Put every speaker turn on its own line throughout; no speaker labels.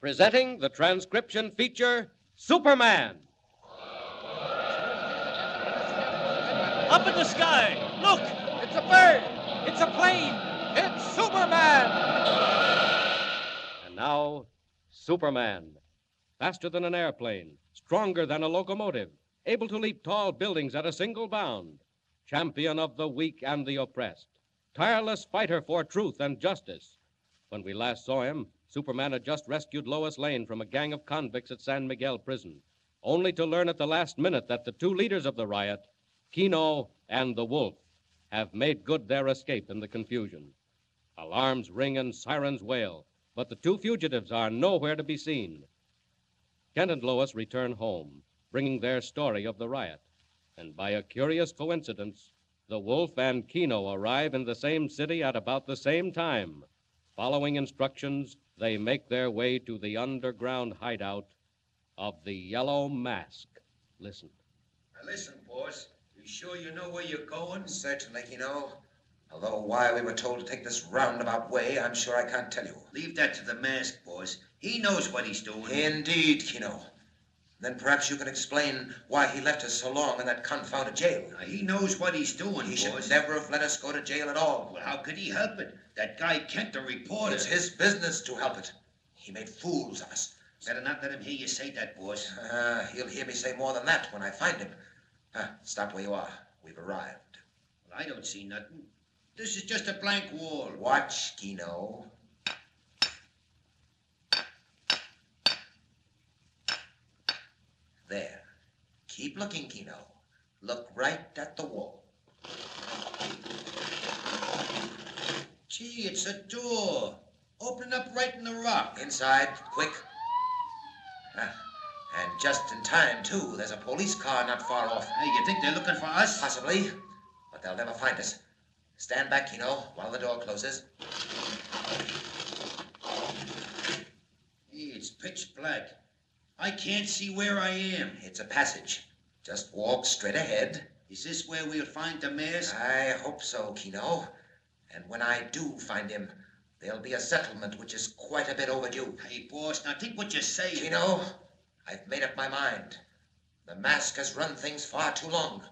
presenting the transcription feature Superman. Up in the sky! Look! It's a bird! It's a plane! It's Superman! And now, Superman. Faster than an airplane, stronger than a locomotive, able to leap tall buildings at a single bound, champion of the weak and the oppressed, tireless fighter for truth and justice. When we last saw him, Superman had just rescued Lois Lane from a gang of convicts at San Miguel Prison, only to learn at the last minute that the two leaders of the riot, Kino and the Wolf, have made good their escape in the confusion. Alarms ring and sirens wail, but the two fugitives are nowhere to be seen. Kent and Lois return home, bringing their story of the riot, and by a curious coincidence, the Wolf and Kino arrive in the same city at about the same time. Following instructions, they make their way to the underground hideout of the Yellow Mask. Listen.
Now listen, boss. You sure you know where you're going? Certainly, you know. Although why we were told to take this roundabout way, I'm sure I can't tell you.
Leave that to the mask, boss. He knows what he's doing.
Indeed, Kino. Then perhaps you can explain why he left us so long in that confounded jail.
Now, he knows what he's doing,
He should
boss.
never have let us go to jail at all.
Well, how could he help it? That guy Kent, the reporter.
It's his business to help it. He made fools of us.
Better not let him hear you say that, boss.
Ah, he'll hear me say more than that when I find him. Ah, stop where you are. We've arrived.
Well, I don't see nothing. This is just a blank wall.
Watch, Kino. There. Keep looking, Kino. Look right at the wall.
Gee, it's a door. Open up right in the rock.
Inside, quick. Ah, and just in time, too. There's a police car not far off.
Hey, you think they're looking for us?
Possibly, but they'll never find us. Stand back, Kino, while the door closes.
Hey, it's pitch black. I can't see where I am.
It's a passage. Just walk straight ahead.
Is this where we'll find the mask?
I hope so, Kino. And when I do find him, there'll be a settlement which is quite a bit overdue.
Hey, boss, now think what you're saying.
Kino, I've made up my mind. The mask has run things far too long.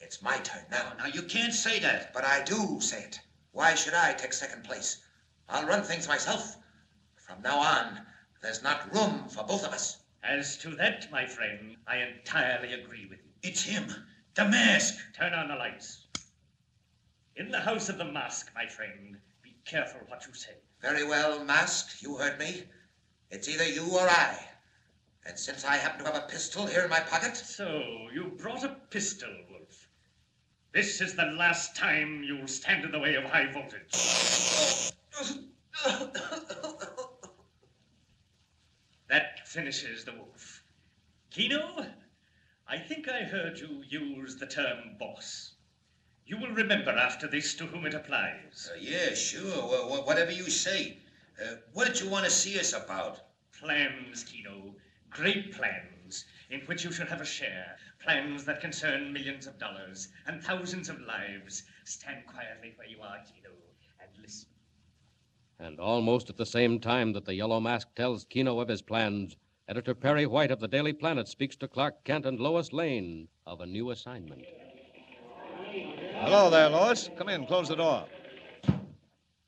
It's my turn now.
Now, you can't say that.
But I do say it. Why should I take second place? I'll run things myself. From now on, there's not room for both of us.
As to that, my friend, I entirely agree with you.
It's him. The mask.
Turn on the lights. In the house of the mask, my friend, be careful what you say.
Very well, Mask, you heard me. It's either you or I. And since I happen to have a pistol here in my pocket,
So, you brought a pistol, Wolf. This is the last time you'll stand in the way of high voltage.
Uh,
That finishes the wolf. Kino, I think I heard you use the term boss. You will remember after this to whom it applies.
Uh, yeah, sure. Wha- wha- whatever you say. Uh, what did you want to see us about?
Plans, Kino. Great plans in which you shall have a share. Plans that concern millions of dollars and thousands of lives. Stand quietly where you are, Kino, and listen.
And almost at the same time that the Yellow Mask tells Kino of his plans, editor Perry White of the Daily Planet speaks to Clark Kent and Lois Lane of a new assignment.
Hello there, Lois. Come in. Close the door.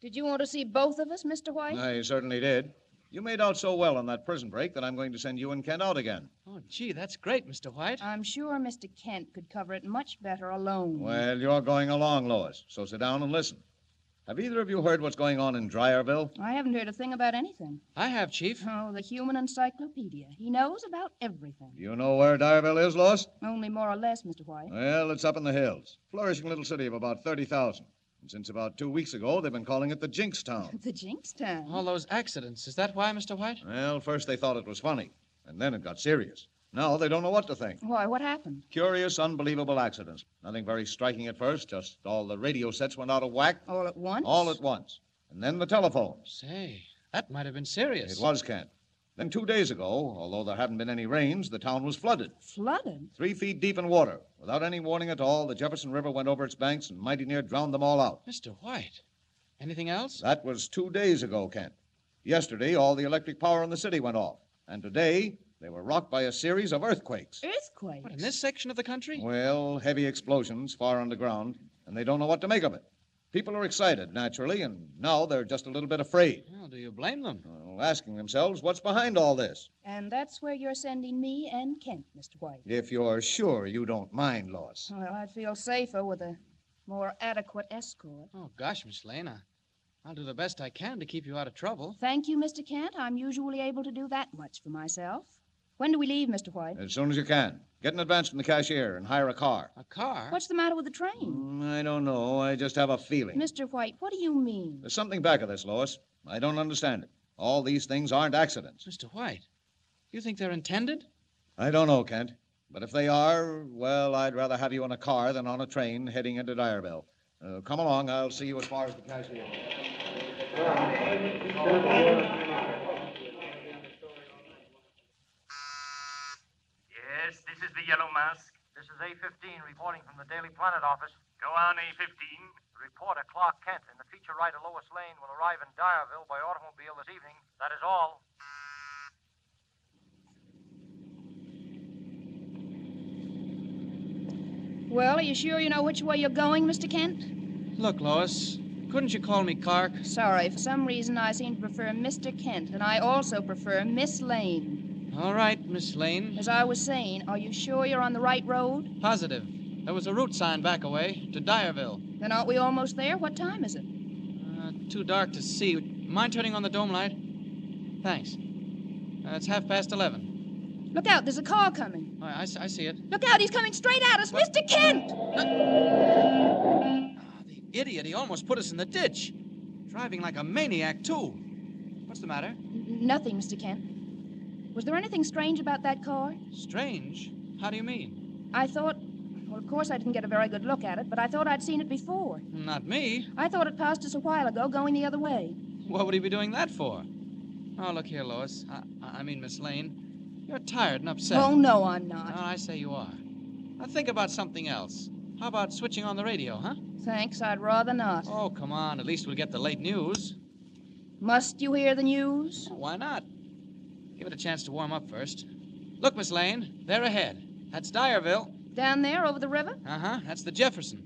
Did you want to see both of us, Mr. White?
I certainly did. You made out so well on that prison break that I'm going to send you and Kent out again.
Oh, gee, that's great, Mr. White.
I'm sure Mr. Kent could cover it much better alone.
Well, you're going along, Lois, so sit down and listen. Have either of you heard what's going on in Dryerville?
I haven't heard a thing about anything.
I have, Chief.
Oh, the human encyclopedia. He knows about everything.
Do you know where Dryerville is, Lois?
Only more or less, Mr. White.
Well, it's up in the hills. Flourishing little city of about 30,000. And since about two weeks ago, they've been calling it the Jinx Town.
the Jinx Town.
All those accidents. Is that why, Mr. White?
Well, first they thought it was funny, and then it got serious. Now they don't know what to think.
Why, what happened?
Curious, unbelievable accidents. Nothing very striking at first, just all the radio sets went out of whack.
All at once?
All at once. And then the telephones.
Say, that might have been serious.
It was, Kent. Then two days ago, although there hadn't been any rains, the town was flooded.
Flooded?
Three feet deep in water. Without any warning at all, the Jefferson River went over its banks and mighty near drowned them all out.
Mr. White. Anything else?
That was two days ago, Kent. Yesterday, all the electric power in the city went off. And today, they were rocked by a series of earthquakes.
Earthquake?
What, in this section of the country?
Oh. Well, heavy explosions far underground, and they don't know what to make of it. People are excited, naturally, and now they're just a little bit afraid.
Well, do you blame them?
Well, asking themselves what's behind all this.
And that's where you're sending me and Kent, Mr. White.
If you're sure you don't mind, Lois.
Well, I'd feel safer with a more adequate escort.
Oh, gosh, Miss Lane, I, I'll do the best I can to keep you out of trouble.
Thank you, Mr. Kent. I'm usually able to do that much for myself. When do we leave, Mr. White?
As soon as you can. Get an advance from the cashier and hire a car.
A car?
What's the matter with the train?
Mm, I don't know. I just have a feeling.
Mr. White, what do you mean?
There's something back of this, Lois. I don't understand it. All these things aren't accidents.
Mr. White, you think they're intended?
I don't know, Kent. But if they are, well, I'd rather have you in a car than on a train heading into Dierville. Uh, come along. I'll see you as far as the cashier.
Yes, this is the Yellow Mask. This is A15 reporting from the Daily Planet office. Go on, A15. Reporter Clark Kent and the feature writer Lois Lane will arrive in Dyerville by automobile this evening. That is all.
Well, are you sure you know which way you're going, Mr. Kent?
Look, Lois, couldn't you call me Clark?
Sorry, for some reason I seem to prefer Mr. Kent, and I also prefer Miss Lane.
All right, Miss Lane.
As I was saying, are you sure you're on the right road?
Positive. There was a route sign back away to Dyerville.
Then aren't we almost there? What time is it?
Uh, too dark to see. Mind turning on the dome light? Thanks. Uh, it's half past eleven.
Look out, there's a car coming.
I, I s- I see it.
Look out, he's coming straight at us, Mr. Kent!
Ah, the idiot, he almost put us in the ditch. Driving like a maniac, too. What's the matter?
N- Nothing, Mr. Kent. Was there anything strange about that car?
Strange. How do you mean?
I thought. Well, of course, I didn't get a very good look at it, but I thought I'd seen it before.
Not me.
I thought it passed us a while ago, going the other way.
What would he be doing that for? Oh, look here, Lois. I, I I mean, Miss Lane. You're tired and upset.
Oh, no, I'm
No,
not.
I say you are. Now think about something else. How about switching on the radio, huh?
Thanks, I'd rather not.
Oh, come on. At least we'll get the late news.
Must you hear the news?
Why not? Give it a chance to warm up first. Look, Miss Lane, they're ahead. That's Dyerville.
Down there, over the river?
Uh huh. That's the Jefferson.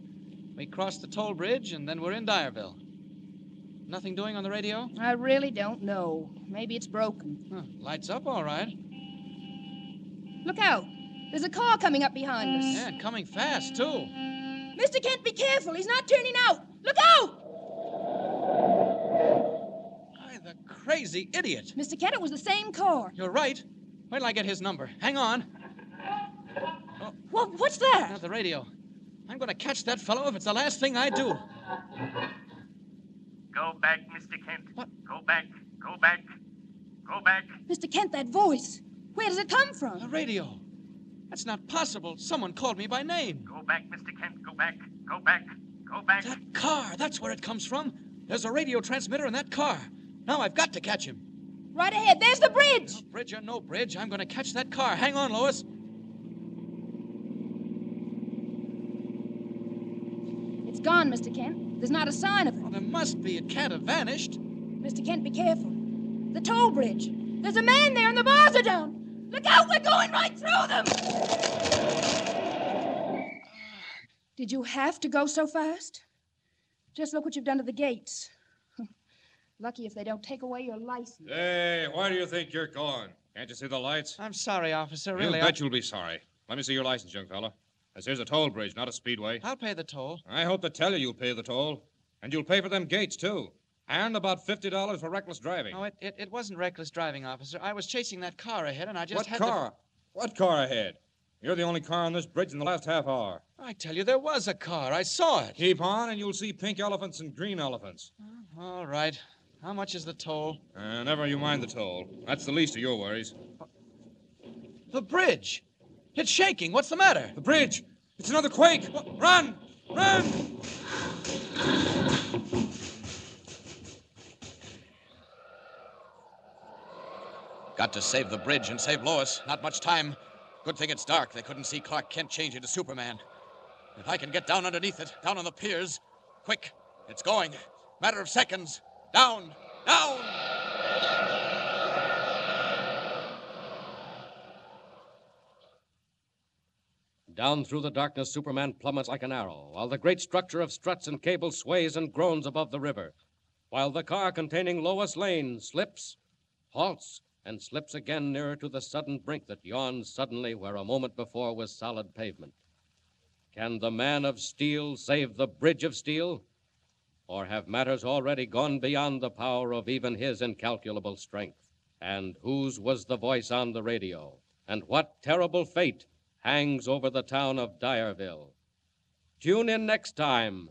We crossed the toll bridge, and then we're in Dyerville. Nothing doing on the radio?
I really don't know. Maybe it's broken.
Huh, lights up, all right.
Look out! There's a car coming up behind us.
Yeah, and coming fast, too.
Mr. Kent, be careful. He's not turning out. Look out!
Why, the crazy idiot.
Mr. Kent, it was the same car.
You're right. Wait till I get his number. Hang on.
What, what's
Not
that?
the radio. I'm going to catch that fellow if it's the last thing I do.
Go back, Mr. Kent.
What?
Go back. Go back. Go back.
Mr. Kent, that voice. Where does it come
The
from?
radio. That's not possible. Someone called me by name.
Go back, Mr. Kent. Go back. Go back. Go back.
That car. That's where it comes from. There's a radio transmitter in that car. Now I've got to catch him.
Right ahead. There's the bridge.
Bridge or no bridge, I'm going to catch that car. Hang on, Lois.
It's gone, Mr. Kent. There's not a sign of it.
Well, there must be. It can't have vanished.
Mr. Kent, be careful. The toll bridge. There's a man there, and the bars are down. Look out! We're going right through them. Did you have to go so fast? Just look what you've done to the gates. Lucky if they don't take away your license.
Hey, why do you think you're going? Can't you see the
Uh,
lights?
I'm sorry, officer. Really,
you
I-
bet you'll be sorry. Let me see your license, young fella. This here's a toll bridge, not a speedway.
I'll pay the toll.
I hope to tell you you'll pay the toll. And you'll pay for them gates, too. And about $50 for reckless driving.
No, it, it, it wasn't reckless driving, officer. I was chasing that car ahead, and I just
what
had
car? What car ahead? You're the only car on this bridge in the last half hour.
To... I tell you, there was a car. I saw it.
Keep on, and you'll see pink elephants and green elephants.
All right. How much is the toll?
Uh, never you mind the toll. That's the least of your worries.
The bridge. It's shaking. What's the matter?
The bridge. It's another quake. Run! Run!
Got to save the bridge and save Lois. Not much time. Good thing it's dark. They couldn't see Clark Kent change into Superman. If I can get down underneath it, down on the piers, quick, it's going. Matter of seconds. Down, down.
Down through the darkness, Superman plummets like an arrow, while the great structure of struts and cables sways and groans above the river, while the car containing Lois Lane slips, halts, and slips again nearer to the sudden brink that yawns suddenly where a moment before was solid pavement. Can the man of steel save the bridge of steel? Or have matters already gone beyond the power of even his incalculable strength? And whose was the voice on the radio? And what terrible fate hangs over the town of Dyerville. Tune in next time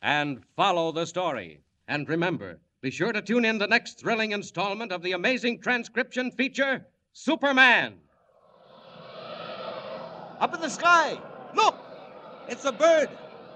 and follow the story. And remember, be sure to tune in the next thrilling installment of the amazing transcription feature Superman.
Up in the sky! Look! It's a bird!